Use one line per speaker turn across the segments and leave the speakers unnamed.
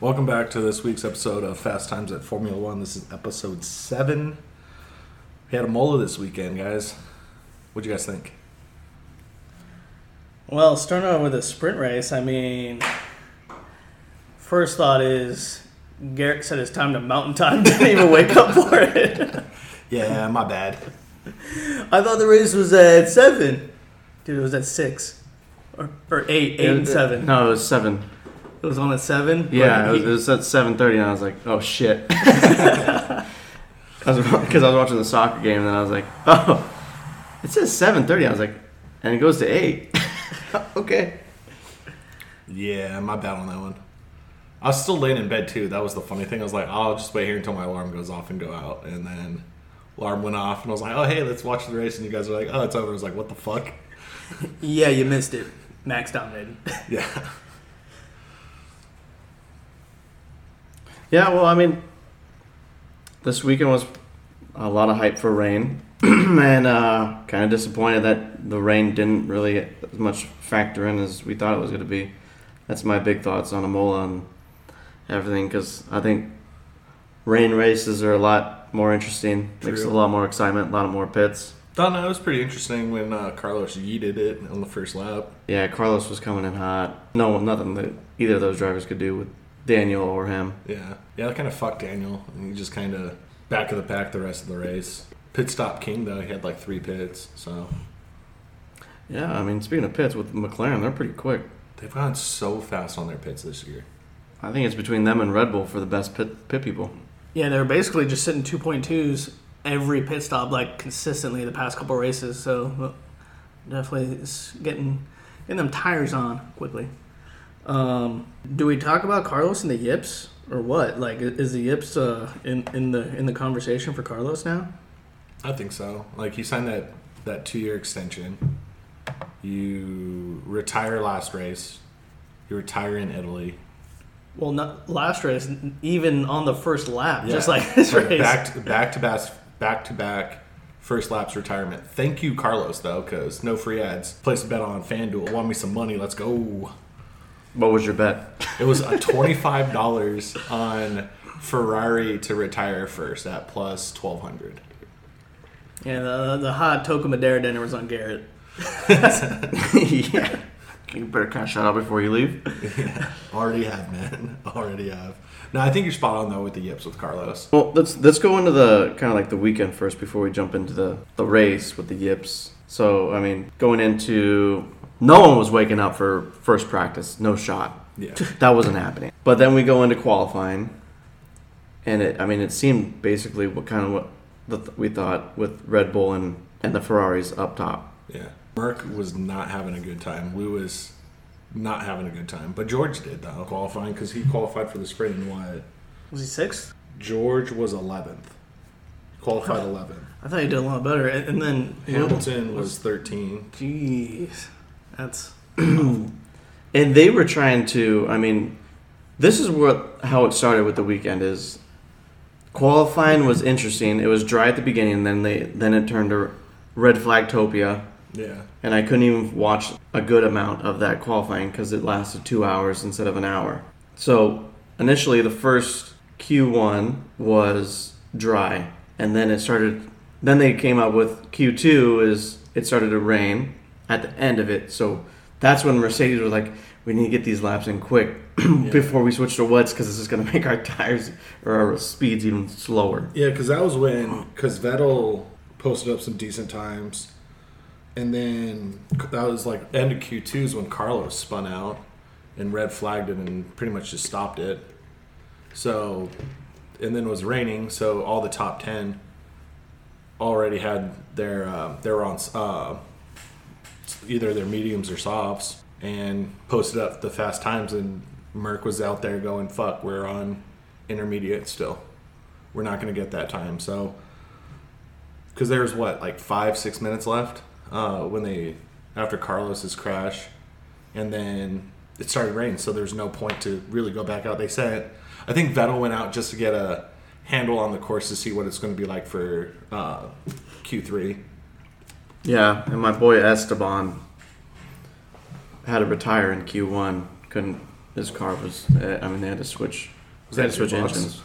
Welcome back to this week's episode of Fast Times at Formula One. This is episode seven. We had a mola this weekend, guys. What'd you guys think?
Well, starting out with a sprint race, I mean, first thought is Garrett said it's time to mountain time, didn't even wake up for it.
Yeah, my bad.
I thought the race was at seven. Dude, it was at six. Or, or eight, eight and
It-
seven.
No, it was seven.
It was on at seven. but
Yeah, it was,
he-
it was at seven thirty, and I was like, "Oh shit," because I, was watching the soccer game, and then I was like, "Oh, it says seven thirty. I was like, "And it goes to eight. okay.
Yeah, my bad on that one. I was still laying in bed too. That was the funny thing. I was like, I'll just wait here until my alarm goes off and go out. And then alarm went off, and I was like, Oh, hey, let's watch the race. And you guys were like, Oh, it's over. I was like, What the fuck?
yeah, you missed it. Max dominated.
Yeah,
Yeah. Well, I mean, this weekend was a lot of hype for rain, and uh, kind of disappointed that the rain didn't really as much factor in as we thought it was going to be. That's my big thoughts on Amola and everything, because I think rain races are a lot more interesting. Makes a
True.
lot more excitement, a lot more pits.
Donna, it was pretty interesting when uh, Carlos yeeted it on the first lap.
Yeah, Carlos was coming in hot. No, nothing that either of those drivers could do with Daniel or him.
Yeah, yeah, that kind of fucked Daniel, and he just kind of back of the pack the rest of the race. Pit stop king though, he had like three pits, so
Yeah, I mean, speaking of pits with McLaren, they're pretty quick.
they've gone so fast on their pits this year.
I think it's between them and Red Bull for the best pit, pit people.
Yeah, they were basically just sitting 2.2s every pit stop, like consistently the past couple races. So well, definitely it's getting getting them tires on quickly. Um, do we talk about Carlos and the Yips or what? Like, i- is the Yips uh, in in the in the conversation for Carlos now?
I think so. Like he signed that that two year extension. You retire last race. You retire in Italy.
Well, not last race, n- even on the first lap, just
Yeah.
like this
Like,
race.
Back to back to back back to back first laps retirement. Thank you, Carlos, though, because no free ads. Place a bet on FanDuel. Want me some money? Let's go.
What was your bet?
It was a twenty-five dollars on Ferrari to retire first at plus twelve hundred.
yeah, the, the hot Toka Madera dinner was on Garrett.
yeah. You better cash that out before you leave.
Already have, man. Already have. No, I think you're spot on though with the yips with Carlos.
Well, let's let's go into the kind of like the weekend first before we jump into the the race with the yips. So I mean, going into no one was waking up for first practice, no shot.
Yeah,
That wasn't happening. But then we go into qualifying, and it I mean it seemed basically what kind of what the, we thought with Red Bull and and the Ferraris up top.
yeah. Merck was not having a good time. Lou was not having a good time, but George did though qualifying because he qualified for the sprint. And what?
Was he sixth?
George was eleventh. Qualified eleventh.
I thought he did a lot better. And, and then
Hamilton was thirteen.
Jeez, that's
and they were trying to i mean this is what how it started with the weekend is qualifying was interesting it was dry at the beginning then they then it turned to red flag topia
Yeah,
and i couldn't even watch a good amount of that qualifying because it lasted two hours instead of an hour so initially the first q1 was dry and then it started then they came up with q2 is it started to rain at the end of it so that's when mercedes was like we need to get these laps in quick before we switch to wets because this is going to make our tires or our speeds even slower
Yeah, because that was when because Vettel posted up some decent times, and then
that was like end of Q two is when Carlos spun out and red flagged it and pretty much just stopped it. So, and then it was raining, so all the top ten already had their uh, they were on uh, either their mediums or softs and posted up the fast times and Merck was out there going fuck we're on intermediate still we're not going to get that time so because there was what like five six minutes left uh, when they after carlos's crash and then it started raining so there's no point to really go back out they sent i think vettel went out just to get a handle on the course to see what it's going to be like for uh, q3
Yeah, and my boy Esteban had to retire in Q1. Couldn't His car was. eh, I mean, they had to switch.
Was
they
that
had to switch
gearbox?
engines.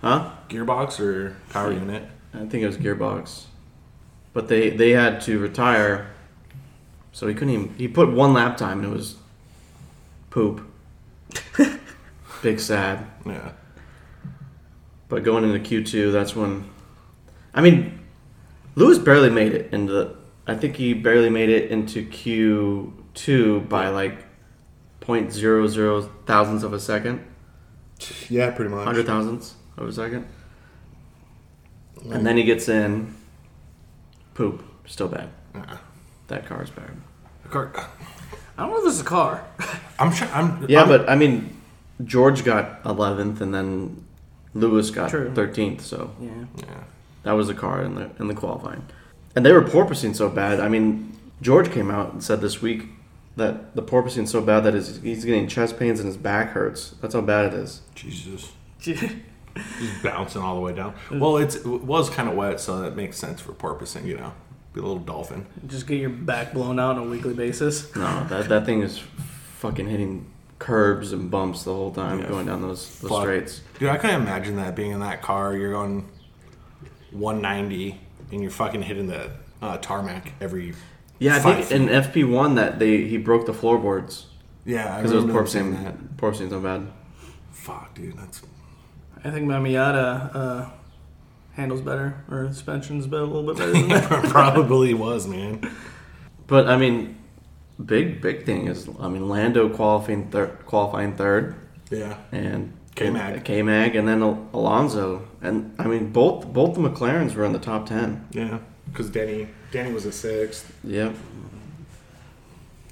Huh?
Gearbox or power
Hmm.
unit?
I think it was gearbox. But they they had to retire, so he couldn't even. He put one lap time, and it was poop. Big sad.
Yeah.
But going into Q two, that's when, I mean, Lewis barely made it into. The, I think he barely made it into Q two by like point zero zero thousandths of a second,
Yeah, pretty much.
hundred thousandths of a second, and then he gets in. Poop, still bad.
Uh-uh.
That car is bad.
The car-
I don't know if this is a car.
I'm sure. I'm
Yeah,
I'm-
but I mean, George got eleventh, and then Lewis got
True.
thirteenth. So
Yeah.
Yeah.
That was the car in the in the qualifying, and they were porpoising so bad. I mean, George came out and said this week that the porpoising so bad that his, he's getting chest pains and his back hurts. That's how bad it is.
Jesus.
Gee.
Just bouncing all the way down.
Mm.
Well, it's, it was kind of wet, so that makes sense for porpoising, you know. Be a little dolphin.
Just get your back blown out on a weekly basis.
No, that that thing is fucking hitting curbs and bumps the whole time
Yeah.
going down those those
Fuck.
straights.
Dude, I couldn't imagine that being in that car. You're going 190 and you're fucking hitting the uh, tarmac every.
Yeah, I
five
think
feet.
in FP one that they he broke the floorboards
yeah, I
because it was
remember seeing that.
porpoising porpoising so bad.
Fuck, dude, that's
I think my Miata uh, handles better, or suspension's been a little bit better than that.
probably was, man.
But I mean, big big thing is I mean Lando qualifying thir- qualifying third.
Yeah,
and
K-Mag.
K-Mag, and then Al- Alonso, and I mean both both the McLarens were in the top ten.
yeah,
Because Danny, Danny was a sixth,
Yep.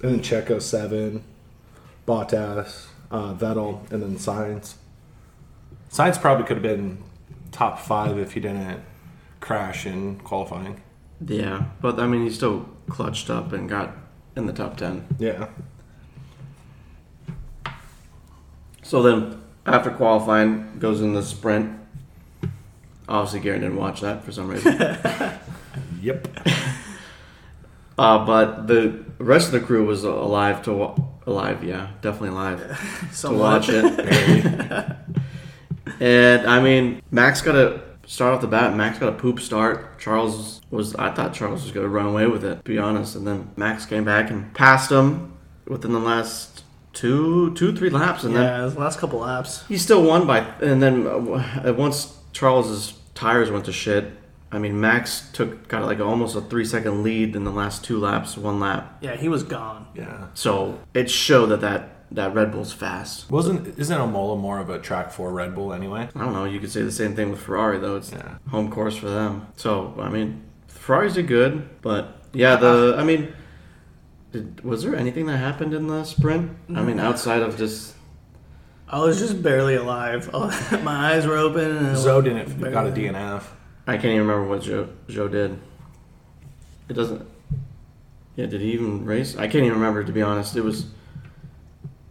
and then Checo seven, Bottas, uh, Vettel, and then Signs.
Science probably could have been top five if he didn't crash in qualifying.
Yeah, but I mean he still clutched up and got in the top ten.
Yeah,
So then after qualifying goes in the sprint. Obviously, Garen didn't watch that for some reason.
Yep.
uh, but the rest of the crew was alive to wa- alive. Yeah, definitely alive. to
Somewhat.
watch it. and I mean, Max got a start off the bat. Max got a poop start. Charles was. I thought Charles was going to run away with it. To be honest. And then Max came back and passed him within the last two, two, three laps, and then
Yeah, his last couple laps.
he still won by. And then uh, once Charles's tires went to shit. I mean, Max took got like almost a three second lead in the last two laps, one lap.
Yeah, he was gone.
Yeah.
So it showed that that, that Red Bull's fast.
Wasn't isn't Omola more of a track four Red Bull anyway?
I don't know. You could say the same thing with Ferrari, though. It's
Yeah.
home course for them. So I mean, Ferraris did good, but yeah, the I mean, did, was there anything that happened in the sprint? I mean, outside of just
I was just barely alive. my eyes were open. And
Zoe didn't got a DNF.
I can't even remember what Joe Joe did. It doesn't. Yeah, did he even race? I can't even remember to be honest. It was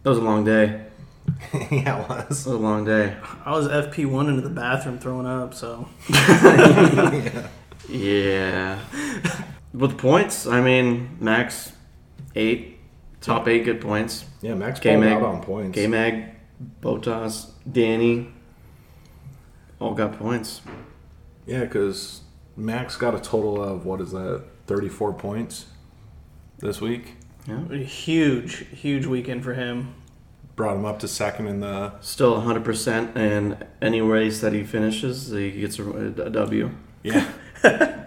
that was a long day. It
yeah, it was.
was a long day.
I was FP one into the bathroom throwing up. So
Yeah. with points, I mean, Max eight, top eight good points.
yeah. Max came
K-Mag,
out on points.
K-Mag, Botas, Danny, all got points.
Yeah, because Max got a total of what is that, thirty-four points this week.
Yeah.
huge, huge weekend for him.
Brought him up to second in the.
Still 100%, and any race that he finishes, he gets a, a W.
Yeah.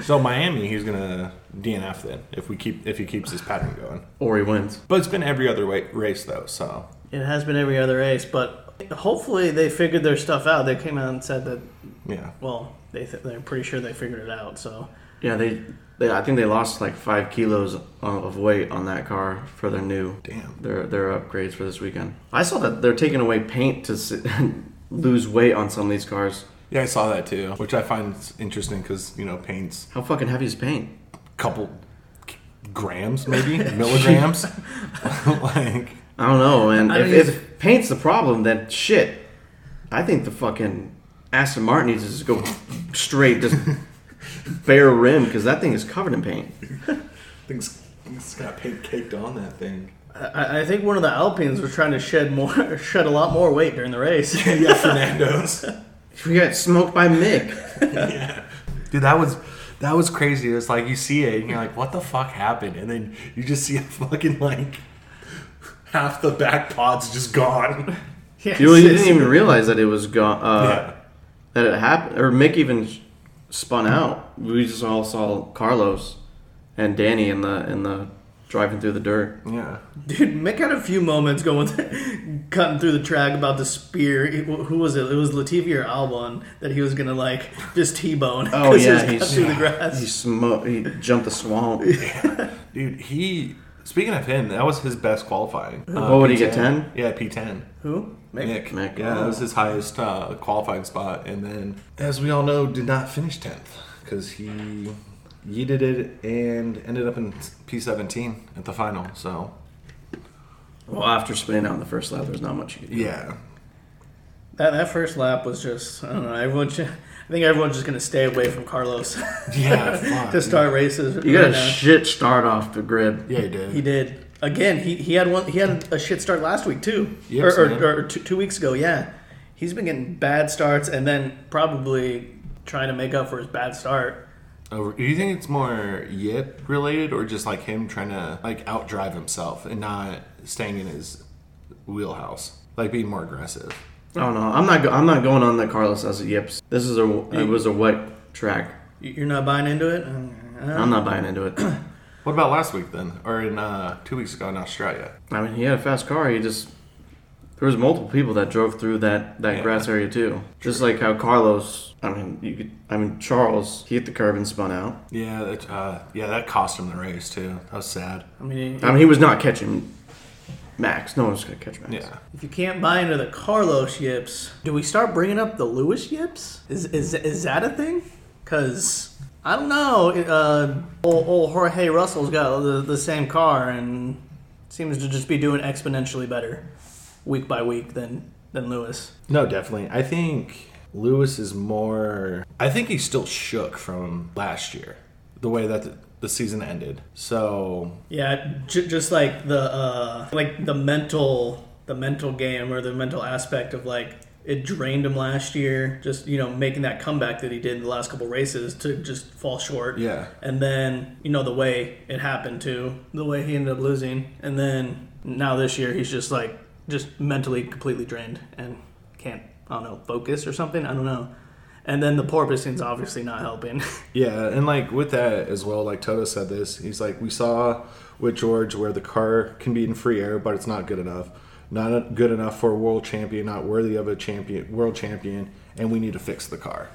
so Miami, he's gonna DNF then if we keep if he keeps his pattern going.
Or he wins.
But it's been every other way, race though, so
It has been every other race, but hopefully they figured their stuff out. They came out and said that.
yeah.
Well, they th- they're pretty sure they figured it out. So
Yeah, they, they I think they lost like five kilos of- of weight on that car for their new
Damn.
their their upgrades for this weekend. I saw that they're taking away paint to s lose weight on some of these cars.
Yeah, I saw that too, which I find interesting because you know paints
How fucking heavy is paint?
a couple grams maybe milligrams, like
I don't know, man.
I
If,
mean-
if paint's the problem, then shit. I think the fucking Aston Martin needs to just go straight, just bare rim, because that thing is covered in paint.
things. It's got paint caked on that thing.
I, I think one of the Alpines was trying to shed more, shed a lot more weight during the race.
yeah, Fernando's.
We got smoked by Mick.
Dude, that was that was crazy. It's like you see it and you're like, what the fuck happened? And then you just see a fucking like half the back pod's just gone.
Yes,
You really
yes.
didn't even realize that it was gone. Uh,
yeah.
That it happened, or Mick even sh- spun out. We just all saw Carlos and Danny in the in the driving through the dirt.
Yeah.
Dude, Mick had a few moments going, cutting through the track about the spear. It- who was it? It was Latifi or Albon that he was gonna like just T-bone.
Oh
'cause he
yeah,
was cut
he's,
through the grass.
he smoked. He jumped the swamp.
Dude, he speaking of him, that was his best qualifying. Uh,
what would he get?
P10.
Ten.
Yeah, P ten.
Who? Mick.
Nick.
Mick.
Yeah, that was his highest uh, qualifying spot. And then, as we all know, did not finish 10th because he yeeted it and ended up in P17 at the final. So,
Well, after spinning out in the first lap, there's not much you could do.
yeah.
That that first lap was just I don't know. Everyone, should, I think everyone's just gonna stay away from Carlos
Yeah, fuck.
to start races.
You got
right
a
now.
shit start off the grid.
Yeah, he did.
He did again. He, he had one. He had a shit start last week too,
Yes,
or,
man.
or, or two, two weeks ago. Yeah, he's been getting bad starts and then probably trying to make up for his bad start.
Over, Oh, do you think it's more Yip related or just like him trying to like outdrive himself and not staying in his wheelhouse? Like being more aggressive.
I don't know. I'm not. Go- I'm not going on the Carlos as a yips. This is a. It was a wet track.
You- You're not buying into it. Mm,
I'm not buying into it.
What about last week then? Or in uh, two weeks ago in Australia?
I mean, he had a fast car. He just there was multiple people that drove through that that
Yeah.
grass area too. Just like how Carlos. I mean, you could. I mean, Charles. He hit the curb and spun out.
Yeah, that, uh, yeah, that cost him the race too. That was sad.
I mean,
I mean, he was not catching Max. No one's gonna catch Max.
Yeah.
if you can't buy into the Carlos yips, do we start bringing up the Lewis yips? Is is is that a thing? Cause I don't know. It, Uh, old, old Jorge Russell's got the, the same car and seems to just be doing exponentially better week by week than than Lewis.
No, definitely. I think Lewis is more. I think he's still shook from last year, the way that the, the season ended. So
Yeah, j- just like the uh, like the mental the mental game or the mental aspect of like it drained him last year. Just you know making that comeback that he did in the last couple races to just fall short.
Yeah.
and then you know the way it happened to the way he ended up losing, and then now this year he's just like just mentally completely drained and can't I don't know focus or something I don't know. And then the porpoising's obviously not helping.
yeah, and like with that as well, like Toto said this, he's like we saw with George where the car can be in free air, but it's not good enough. Not good enough for a world champion, not worthy of a champion, world champion, and we need to fix the car.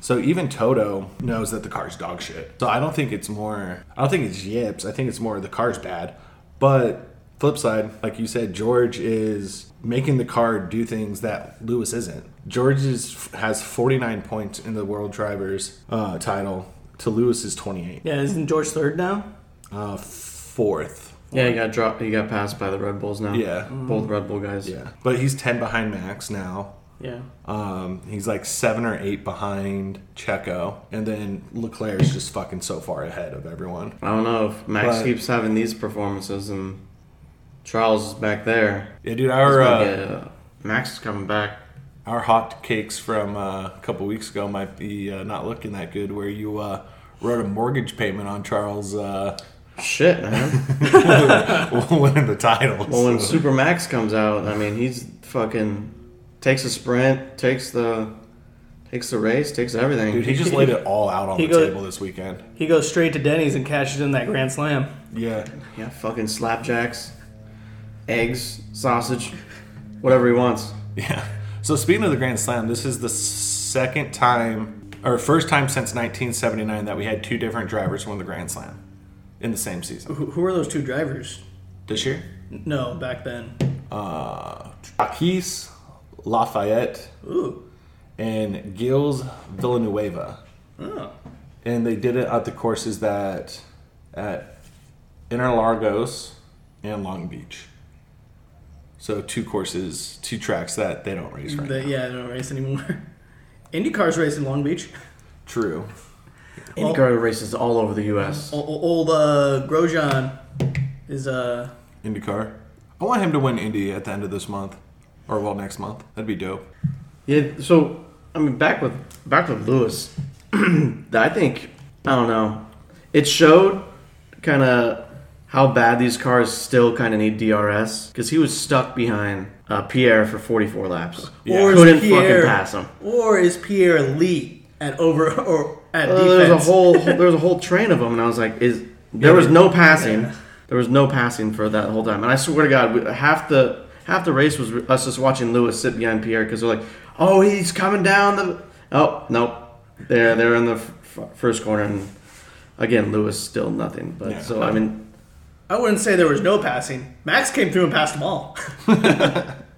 So even Toto knows that the car's dog shit. So I don't think it's more. I don't think it's yips. I think it's more the car's bad. But flip side, like you said, George is making the car do things that Lewis isn't. George is, has 49 points in the World Drivers uh, title to Lewis's 28,
yeah, isn't George third now?
uh, fourth.
Yeah, he got dropped. He got passed by the Red Bulls now.
Yeah.
both Red Bull guys.
Yeah, but he's 10 behind Max now.
Yeah.
Um, he's like seven or eight behind Checo, and then Leclerc's just fucking so far ahead of everyone.
I don't know if Max
But-
keeps having these performances and Charles is back there.
Yeah, dude,
he's
our
gonna
uh,
get, uh, Max is coming back.
Our hot cakes from uh, a couple weeks ago might be uh, not looking that good. Where you uh, wrote a mortgage payment on Charles uh,
Shit, man.
winning the title.
Well, when Super Max comes out, I mean, he's fucking takes a sprint, takes the takes the race, takes everything.
Dude, he just laid it all out on
He
the
go-
table this weekend.
He goes straight to Denny's and cashes in that grand slam.
Yeah,
yeah, fucking slapjacks, eggs, sausage, whatever he wants.
yeah. So speaking of the Grand Slam, this is the second time or first time since 1979 that we had two different drivers win the Grand Slam in the same season.
Who, who are those two drivers?
This year,
N- No, back then.
uh, Akis Lafayette
Ooh.
and Gilles Villanueva.
Oh.
and they did it at the courses that at Interlagos and Long Beach. So two courses, two tracks that they don't race right
The-
now.
yeah, they don't race anymore. IndyCar's race in Long Beach.
True.
IndyCar races all over the U.S.
O- o- old uh, Grosjean is uh,
IndyCar. I want him to win Indy at the end of this month, or well, next month. That'd be dope.
Yeah, so I mean, back with back with Lewis, I think I don't know. It showed kind of how bad these cars still kind of need DRS because he was stuck behind uh, Pierre for 44 laps.
Yeah.
Or is
Couldn't
Pierre,
fucking pass him.
Or is Pierre elite at over or at
Uh,
defense?
There was a whole there was a whole train of them, and I was like, is there was no passing. There was no passing for that whole time, and I swear to God, we- half the half the race was us just watching Lewis sit behind Pierre because they're like, oh, he's coming down the. Oh nope, they're they're in the f- f- first corner, and again Lewis still nothing. But
Yeah.
so I mean,
I wouldn't say there was no passing. Max came through and passed them all.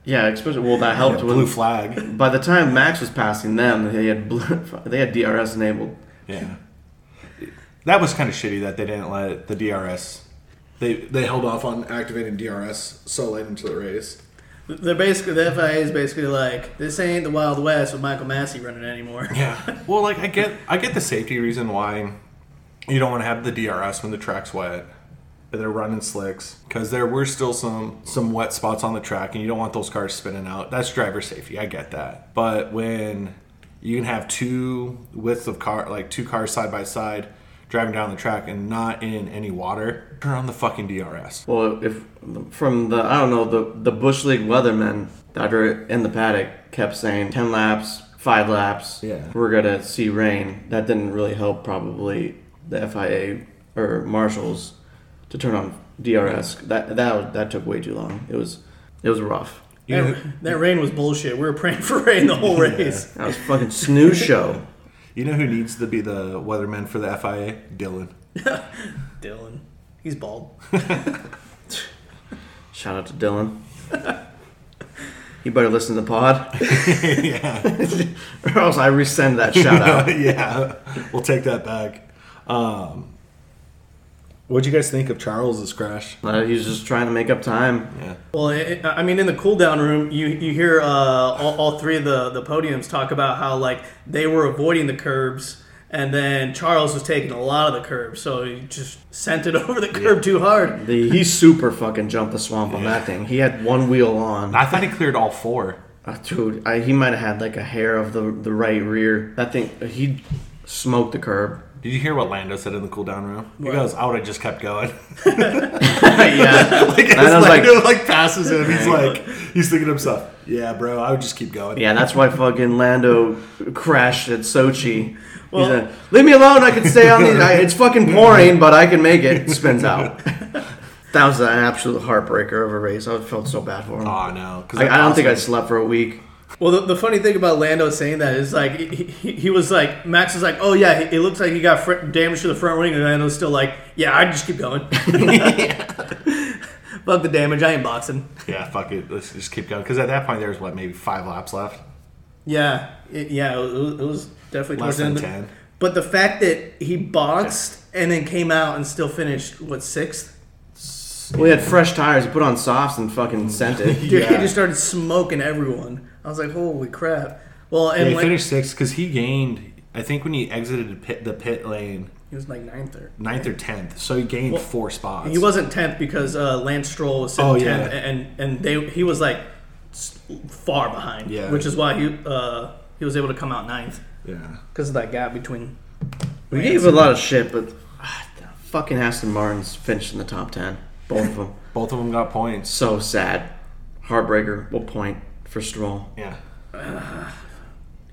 yeah, especially well that helped
Yeah,
when
blue flag.
by the time Max was passing them, they had blue, they had DRS enabled.
Yeah. That was kind of shitty that they didn't let it, the DRS.
They they held off on activating DRS so late into the race.
They're basically the FIA is basically like this ain't the Wild West with Michael Massey running anymore.
Yeah. Well, like I get, I get the safety reason why you don't want to have the DRS when the track's wet. and They're running slicks because there were still some some wet spots on the track, and you don't want those cars spinning out. That's driver safety. I get that. But when you can have two widths of car, like two cars side by side, driving down the track and not in any water, turn on the fucking DRS.
Well, if from the I don't know the the bush league weathermen that are in the paddock kept saying ten laps, five laps,
Yeah.
we're gonna see rain. That didn't really help probably the FIA or marshals to turn on DRS. That that that took way too long. It was it was rough.
You know,
That, that rain was bullshit. We were praying for rain the whole race.
That was fucking snooze show.
You know who needs to be the weatherman for the FIA? Dylan.
Dylan, he's bald.
Shout out to Dylan. You better listen to the pod. or else I resend that shout out.
yeah, we'll take that back. Um,
What'd you guys think of Charles's crash?
Uh, he's just trying to make up time.
yeah,
Well, it, I mean, in the cool down room, you you hear uh, all, all three of the the podiums talk about how like they were avoiding the curbs, and then Charles was taking a lot of the curbs, so he just sent it over the curb too hard.
The, he super fucking jumped the swamp on that thing. He had one wheel on.
I thought he cleared all four.
Uh, dude, I, he might have had like a hair of the the right rear. That thing, he smoked the curb.
Did you hear what Lando said in the cool down room? He goes, "I would have just kept going."
yeah,
like,
I was like-
Lando, like, passes him. He's like, he's thinking to himself, "Yeah, bro, I would just keep going."
yeah, that's why fucking Lando crashed at Sochi.
Well-
he's like, leave me alone. I can stay on the. I, it's fucking pouring, but I can make it. Spins out. that was an absolute heartbreaker of a race. I felt so bad for him.
Oh no, because
I, I don't think I slept for a week.
Well, the, the funny thing about Lando saying that is like he, he, he was like Max was like, oh yeah, it looks like he got fr- damage to the front wing, and Lando's still like, yeah, I just keep going. Fuck the damage, I ain't boxing.
Yeah, fuck it. Let's just keep going. Because at that point, there's what maybe five laps left,
Yeah, it, yeah, it was, it was definitely
less
towards the
than
end of-
ten.
But the fact that he boxed and then came out and still finished what sixth,
We had fresh tires. He put on softs and fucking sent it.
dude, he
Yeah.
just started smoking everyone. I was like, holy crap. Well, and
And he
like,
finished sixth because he gained. I think when he exited the pit, the pit lane,
he was like ninth or
ninth or tenth, so he gained four spots.
He wasn't tenth because uh, Lance Stroll was sitting
Oh, yeah.
tenth, and and they he was like s- far behind,
Yeah.
which is why he uh, he was able to come out ninth
Yeah.
because of that gap between.
We gave a lot of shit, but ah, the fucking Aston Martins finished in the top ten. Both of them.
Both of them got points.
So sad. Heartbreaker. What point for Stroll?
Yeah.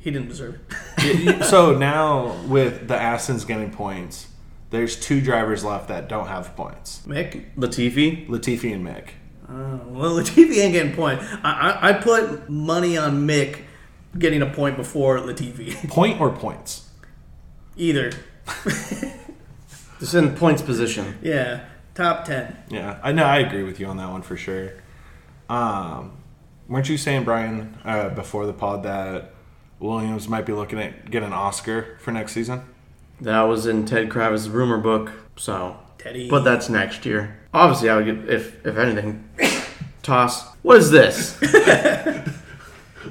He didn't deserve it.
so now with the Astons getting points, there's two drivers left that don't have points:
Mick,
Latifi.
Latifi and Mick.
uh, well, Latifi ain't getting point. I, I I put money on Mick getting a point before Latifi.
Point or points?
Either,
This is in points position.
yeah, top ten.
Yeah, I know. I agree with you on that one for sure. Um, weren't you saying Brian uh, before the pod that Williams might be looking at get an Oscar for next season?
That was in Ted Kravitz's rumor book. So.
Teddy.
But that's next year. Obviously, I would get if if anything. Toss. What is this?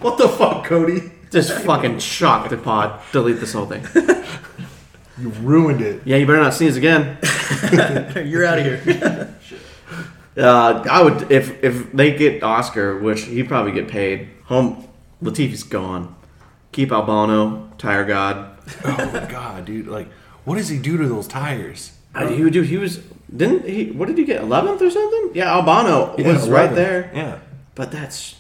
What the fuck, Cody?
Just fucking shock the pod. Delete this whole thing.
You ruined it.
Yeah, you better not sneeze again.
You're out of here.
Uh, I would if if they get Oscar, which he'd probably get paid. Home Latifi's gone. Keep Albano, tire god.
Oh my god, dude! Like, what does he do to those tires?
Uh, he, dude, he was didn't he? What did he get? Eleventh or something? Yeah, Albano was
Yeah,
right
Robin.
there.
Yeah,
But that's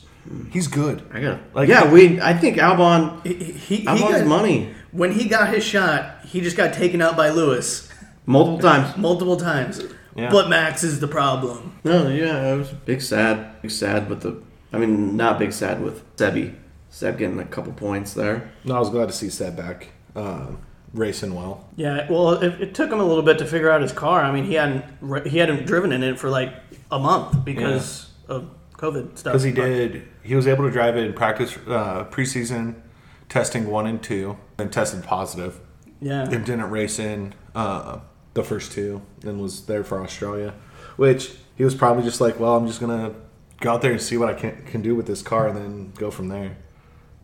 he's good.
I gotta
Like-
like yeah. We I think Albon
He, he, he
Albon's
got-
money
When he got his shot, he just got taken out by Lewis
multiple times.
multiple times.
Yeah.
But Max is the problem.
No, yeah, I was big sad, big sad with the. I mean, not big sad with Sebi. Seb getting a couple points there.
No, I was glad to see Seb back um, racing well.
Yeah, well, it, it took him a little bit to figure out his car. I mean, he hadn't re- he hadn't driven in it for like a month because of COVID stuff.
Because he did, he was able to drive it in practice uh, preseason, testing one and two, and tested positive.
Yeah.
And didn't race in. Uh,
the first two and was there for Australia, which he was probably just like, well, I'm just gonna go out there and see what I can can do with this car and then go from there.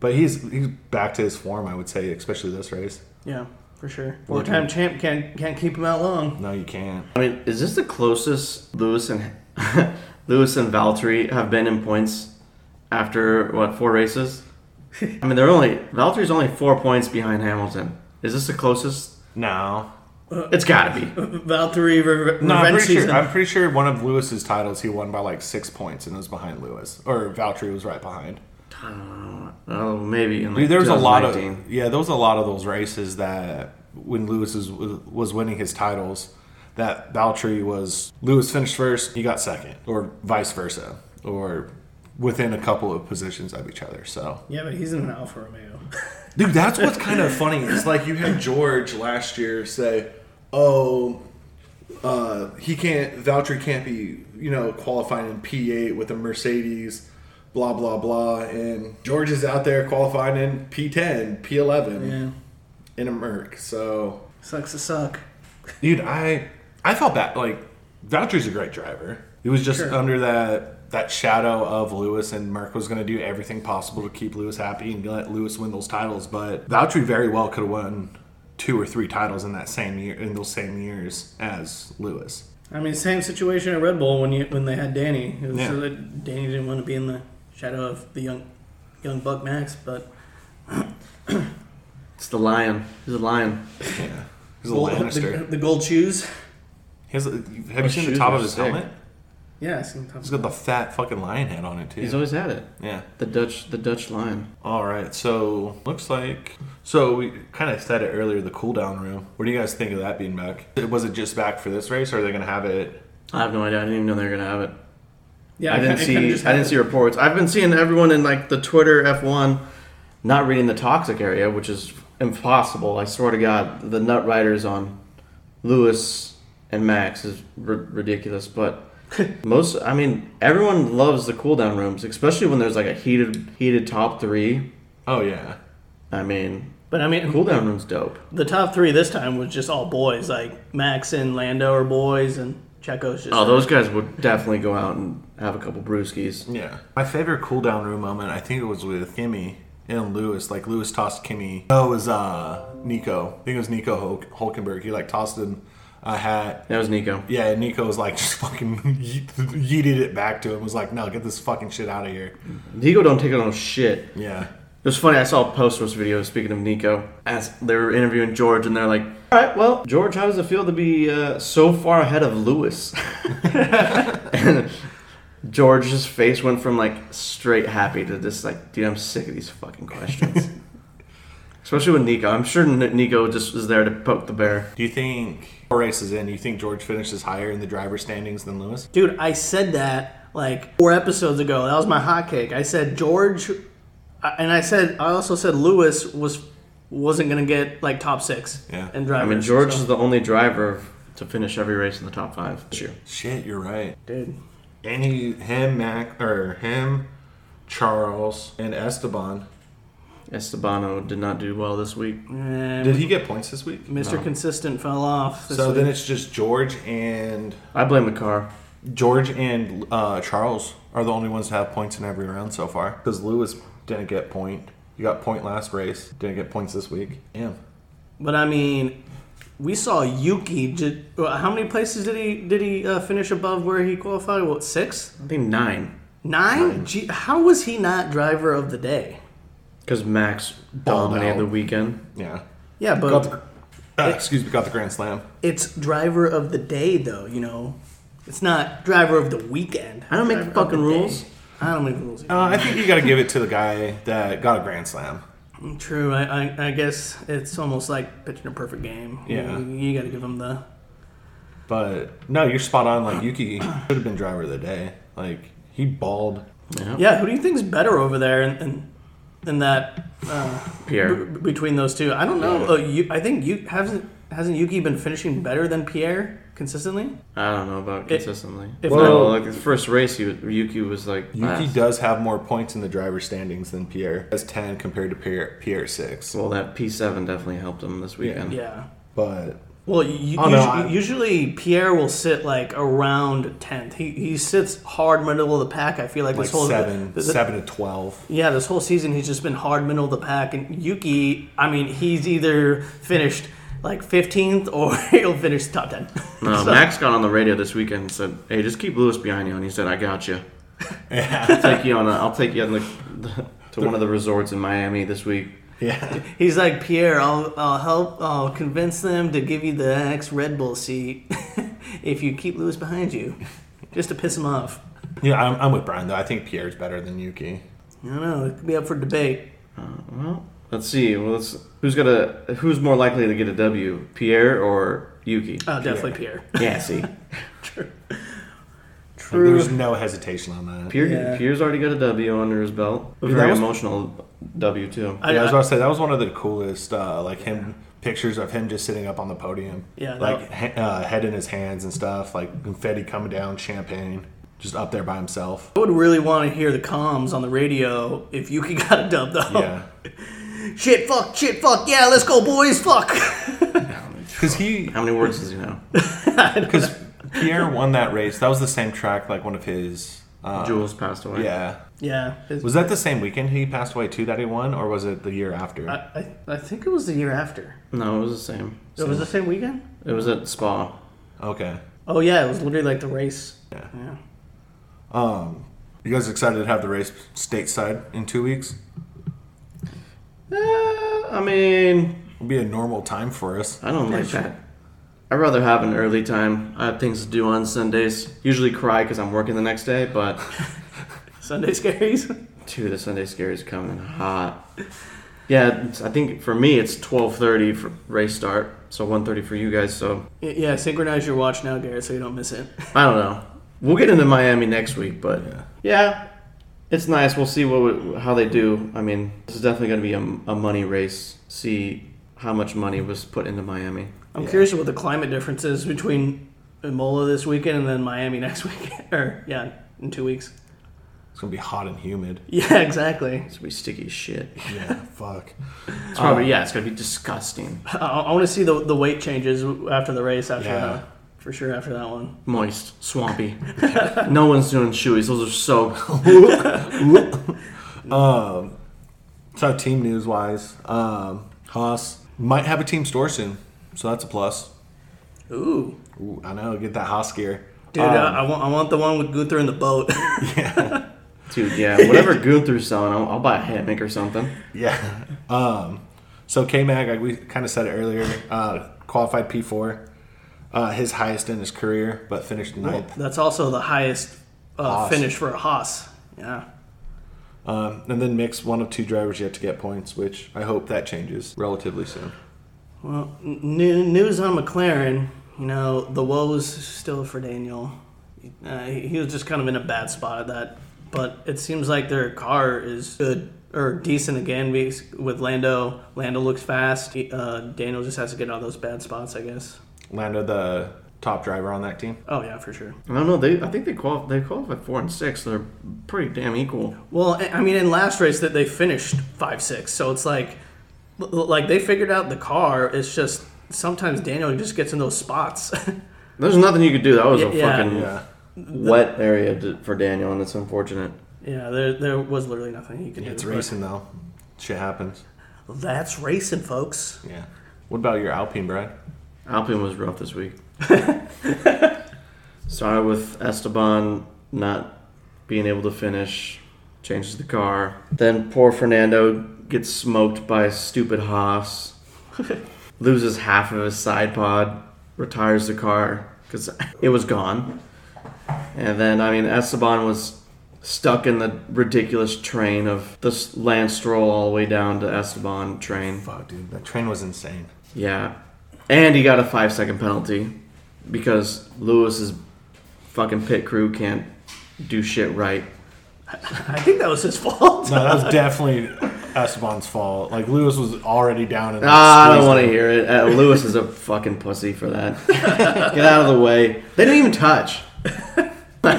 But he's he's back to his form, I would say, especially this race.
Yeah, for sure. Four-time champ can't can't keep him out long.
no, you can't.
I mean, is this the closest Lewis and Lewis and Valtteri have been in points after what four races? I mean, they're only Valtteri's only four points behind Hamilton. Is this the closest?
No, Uh,
It's got to be.
Valtteri re- re-
no. I'm
revenge
pretty
season.
sure. I'm pretty sure one of Lewis's titles he won by like six points and it was behind Lewis or Valtteri was right behind.
Oh, maybe. In
Dude,
like
there was a lot of
2019.
yeah, there was a lot of those races that when Lewis was, was winning his titles, that Valtteri was Lewis finished first, he got second, or vice versa, or within a couple of positions of each other. So,
yeah, but he's in an Alfa Romeo.
dude, that's what's kind of funny. It's like you had George last year say, "Oh, uh, he can't Valtteri can't be you know qualifying in P8 with a Mercedes." Blah blah blah, and George is out there qualifying in P10, P11
yeah,
in a Merc. So,
sucks to suck.
dude, I I felt that like Valtteri's a great driver. He was just
Sure.
under that that shadow of Lewis, and Merc was going to do everything possible to keep Lewis happy and let Lewis win those titles. But Valtteri very well could have won two or three titles in that same year in those same years as Lewis.
I mean, same situation at Red Bull when you when they had Danny. It was
Yeah.
so that Danny didn't want to be in the shadow of the young young Buck Max, but
It's the lion. He's a lion.
Yeah, he's a
Gold- the,
Lannister.
the gold shoes.
He has a- have you seen the
Oh, shoes
top
are
of his
sick.
helmet?
Yeah, sometimes.
He's got the fat fucking lion head on it too.
He's always had it.
yeah.
The Dutch, the Dutch lion.
All right, so looks like so we kind of said it earlier. The cool down room. What do you guys think of that being back? Was it just back for this race, or are they gonna have it?
I have no idea. I didn't even know they were gonna have it.
Yeah,
I
it
didn't
kinda- it kinda
see.
just
I didn't see reports. I've been seeing everyone in like the Twitter F1, not reading the toxic area, which is impossible. I swear to God, the nut riders on Lewis and Max is r- ridiculous. But most, I mean, everyone loves the cooldown rooms, especially when there's like a heated, heated top three.
Oh yeah,
I mean,
But I mean,
cooldown rooms dope.
the top three this time was just all boys. Like Max and Lando are boys, and Checo's just.
Oh, those guys would definitely go out and have a couple brewskis.
yeah. My favorite cool down room moment, I think it was with Kimmy and Lewis. Like Lewis tossed Kimmy. Oh, it was uh Nico. I think it was Nico Hulk- Hulkenberg. He like tossed him a hat.
That was Nico.
Yeah, and Nico was like just fucking ye- yeeted it back to him. Was like, no, get this fucking shit out of here.
Nico don't take it on shit.
Yeah.
It was funny. I saw a post roast video speaking of Nico as they were interviewing George, and they're like, "All right, well, George, how does it feel to be uh, so far ahead of Lewis?" and George's face went from like straight happy to just like, "Dude, I'm sick of these fucking questions." Especially with Nico. I'm sure N- Nico just was there to poke the bear.
Do you think four races in? Do you think George finishes higher in the driver standings than Lewis?
Dude, I said that like four episodes ago. That was my hotcake. I said George, I- and I said I also said Lewis was wasn't gonna get like top six.
Yeah.
And
I
drivers.
mean, George
so-
is the only driver to finish every race in the top five this year.
Shit, you're right.
dude.
And he, him, Mac, or him, Charles, and Esteban.
Estebano did not do well this week.
And
Did he get points this week?
Mr. eh, Consistent fell off. this
So
week.
then it's just George and
I blame the car.
George and uh, Charles are the only ones to have points in every round so far. Because Lewis didn't get point. You got point last race. Didn't get points this week. Damn.
but I mean, We saw Yuki. Did, well, how many places did he did he uh, finish above where he qualified? What six,
I think nine.
nine? Gee, how was he not driver of the day?
Because Max
Balled
dominated
out.
the weekend.
Yeah.
Yeah, but
Got the, ah, excuse me, got the Grand Slam.
it's driver of the day though. You know, it's not driver of the weekend.
I don't make
Driver
the
of
fucking
day.
rules.
I don't make the rules.
Uh, I think you got to give it to the guy that got a Grand Slam.
True. I, I I guess it's almost like pitching a perfect game.
Yeah.
you, you got to give him the
But no, you're spot on. Like Yuki should have been driver of the day. Like he balled.
Yeah, who do you think's better over there in, in, in that uh, b-
Pierre.
between those two? I don't know. Uh, you, I think you hasn't hasn't Yuki been finishing better than Pierre consistently?
I don't know about consistently.
if
well,
not-
like the first race, he, was- Yuki was like
Yuki
last.
does have more points in the driver standings than Pierre. Has ten compared to Pierre. Pierre six.
Well, that P7 definitely helped him this weekend.
Yeah.
But
Well, you,
Oh, no, I-
usually Pierre will sit like around tenth. He he sits hard middle of the pack. I feel like,
like
this whole
seven,
th- th-
seven to twelve.
Yeah, this whole season he's just been hard middle of the pack. And Yuki, I mean, he's either finished like fifteenth or he'll finish top ten.
No,
So-
Max got on the radio this weekend and said, "Hey, just keep Lewis behind you." And he said, "I got you. I'll take you on. A, I'll take you on the, the to one of the resorts in Miami this week."
Yeah.
He's like Pierre. I'll I'll help. I'll convince them to give you the next Red Bull seat if you keep Lewis behind you, just to piss him off.
Yeah, I'm, I'm with Brian though. I think Pierre's better than Yuki.
I don't know. It could be up for debate.
Well, let's see. Well, let's, who's gonna who's more likely to get a W, Pierre or Yuki?
Oh, definitely Pierre.
yeah, see,
True. There's no hesitation on that.
Pierre
Yeah.
Pierre's already got a W under his belt. A
Yeah,
very
that was-
emotional W too.
I-
yeah, I was
I-
about to say that was one of the coolest, uh, like him pictures of him just sitting up on the podium,
Yeah, that-
like he- uh, head in his hands and stuff, like confetti coming down, champagne, just up there by himself.
I would really want to hear the comms on the radio if Yuki got a dub though.
Yeah,
Shit, fuck, shit, fuck. Yeah, let's go, boys. Fuck.
because he,
How many words does he know?
because Pierre won that race. That was the same track, like one of his. Uh,
Jules passed away.
yeah,
yeah. his-
was that the same weekend he passed away too that he won, or was it the year after?
I, I, I think it was the year after.
No, it was the same.
It was the same weekend.
It was at Spa.
okay,
Oh yeah, it was literally like the race.
Yeah.
yeah.
you guys excited to have the race stateside in two weeks?
Uh, I mean,
It'll be a normal time for us.
I don't like that. I'd rather have an early time. I have things to do on Sundays. Usually cry because I'm working the next day, but
Sunday scaries.
dude, the Sunday scare is coming hot. Yeah, it's- I think for me it's 12:30 for race start, so 1:30 for you guys. So
Y- Yeah, synchronize your watch now, Garrett, so you don't miss it.
I don't know. We'll get into Miami next week, but yeah,
Yeah.
it's nice. We'll see what we- how they do. I mean, this is definitely going to be a, a money race. See how much money was put into Miami.
I'm
Yeah.
curious what the climate difference is between Imola this weekend and then Miami next week, or yeah, in two weeks.
It's gonna be hot and humid.
Yeah, exactly.
It's gonna be sticky as shit.
Yeah, fuck.
It's probably yeah. It's gonna be disgusting.
I, I want to see the the weight changes after the race, after
Yeah.
that, for sure. After that one,
Moist, swampy. no one's doing shoeies. Those are so.
So team news wise, um, Haas might have a team store soon, so that's a plus.
ooh,
Ooh, I know, get that Haas gear.
dude, I, I want I want the one with Guther in the boat.
Dude, yeah. Whatever Gunther's selling, I'll, I'll buy a hammock or something.
Yeah. Um, so K Mag, like we kind of said it earlier, uh, qualified P four, uh, his highest in his career, but finished ninth.
That's also the highest uh,
Haas.
finish for a Haas. Yeah,
Um, and then Mick's one of two drivers yet to get points, which I hope that changes relatively soon.
Well, n- new- news on McLaren. You know, the woes still for Daniel. Uh, he he was just kind of in a bad spot at that. But it seems like their car is good or decent again because- with Lando. Lando looks fast. He- uh, Daniel just has to get out of those bad spots, I guess.
Lando, the top driver on that team.
Oh, yeah, for sure.
I don't know. They, I think they qual they qualified four and six. They're pretty damn equal.
Well, I I mean, in last race that they finished five six, so it's like, l- l- like they figured out the car. It's just sometimes Daniel just gets in those spots.
There's nothing you could do. That was a
Yeah.
fucking
Yeah.
wet area to, for Daniel, and it's unfortunate.
yeah, there there was literally nothing he could do.
It's
but-
racing though. Shit happens.
That's racing, folks.
Yeah. What about your Alpine, Brad?
Alpine was rough this week. Started with Esteban not being able to finish, changes the car. Then poor Fernando gets smoked by stupid Haas, loses half of his side pod, retires the car because it was gone. And then, I mean, Esteban was stuck in the ridiculous train of this Lance Stroll all the way down to Esteban train.
Fuck, dude, that train was insane.
Yeah. And he got a five second penalty because Lewis's fucking pit crew can't do shit right.
I think that was his fault.
No, that was definitely Esteban's fault. Like Lewis was already down. And, like,
Ah, I don't
squeezed
want to
him.
hear it. Uh, Lewis is a fucking pussy for that. Get out of the way. They didn't even touch.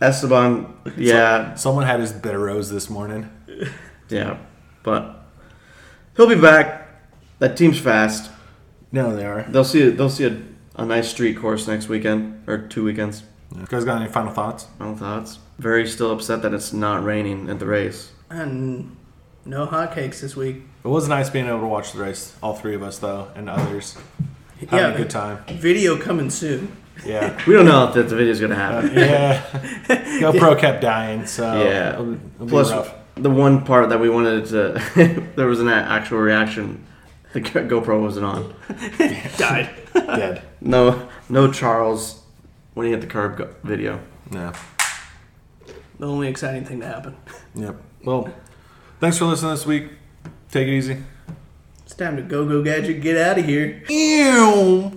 Esteban, yeah,
Someone had his bitter rose this morning.
yeah, but he'll be back. That team's fast.
No, they are.
They'll see. They'll see a, a nice street course next weekend or two weekends.
You guys got any final thoughts?
Final thoughts. Very still upset that it's not raining at the race.
and no hotcakes this week.
It was nice being able to watch the race, all three of us though, and others having a good time.
Video coming soon.
Yeah, Uh,
We don't know if that the video's gonna happen.
yeah. GoPro kept dying, so
Yeah.
it'll- it'll be
Plus,
rough.
the one part that we wanted to, there was an a- actual reaction. The Go- GoPro wasn't on.
Died.
dead.
No, no Charles when he hit the curb go- video.
Yeah.
The only exciting thing to happen.
Yep. Well, thanks for listening this week. Take it easy.
It's time to go, go, gadget, get out of here.
Ew.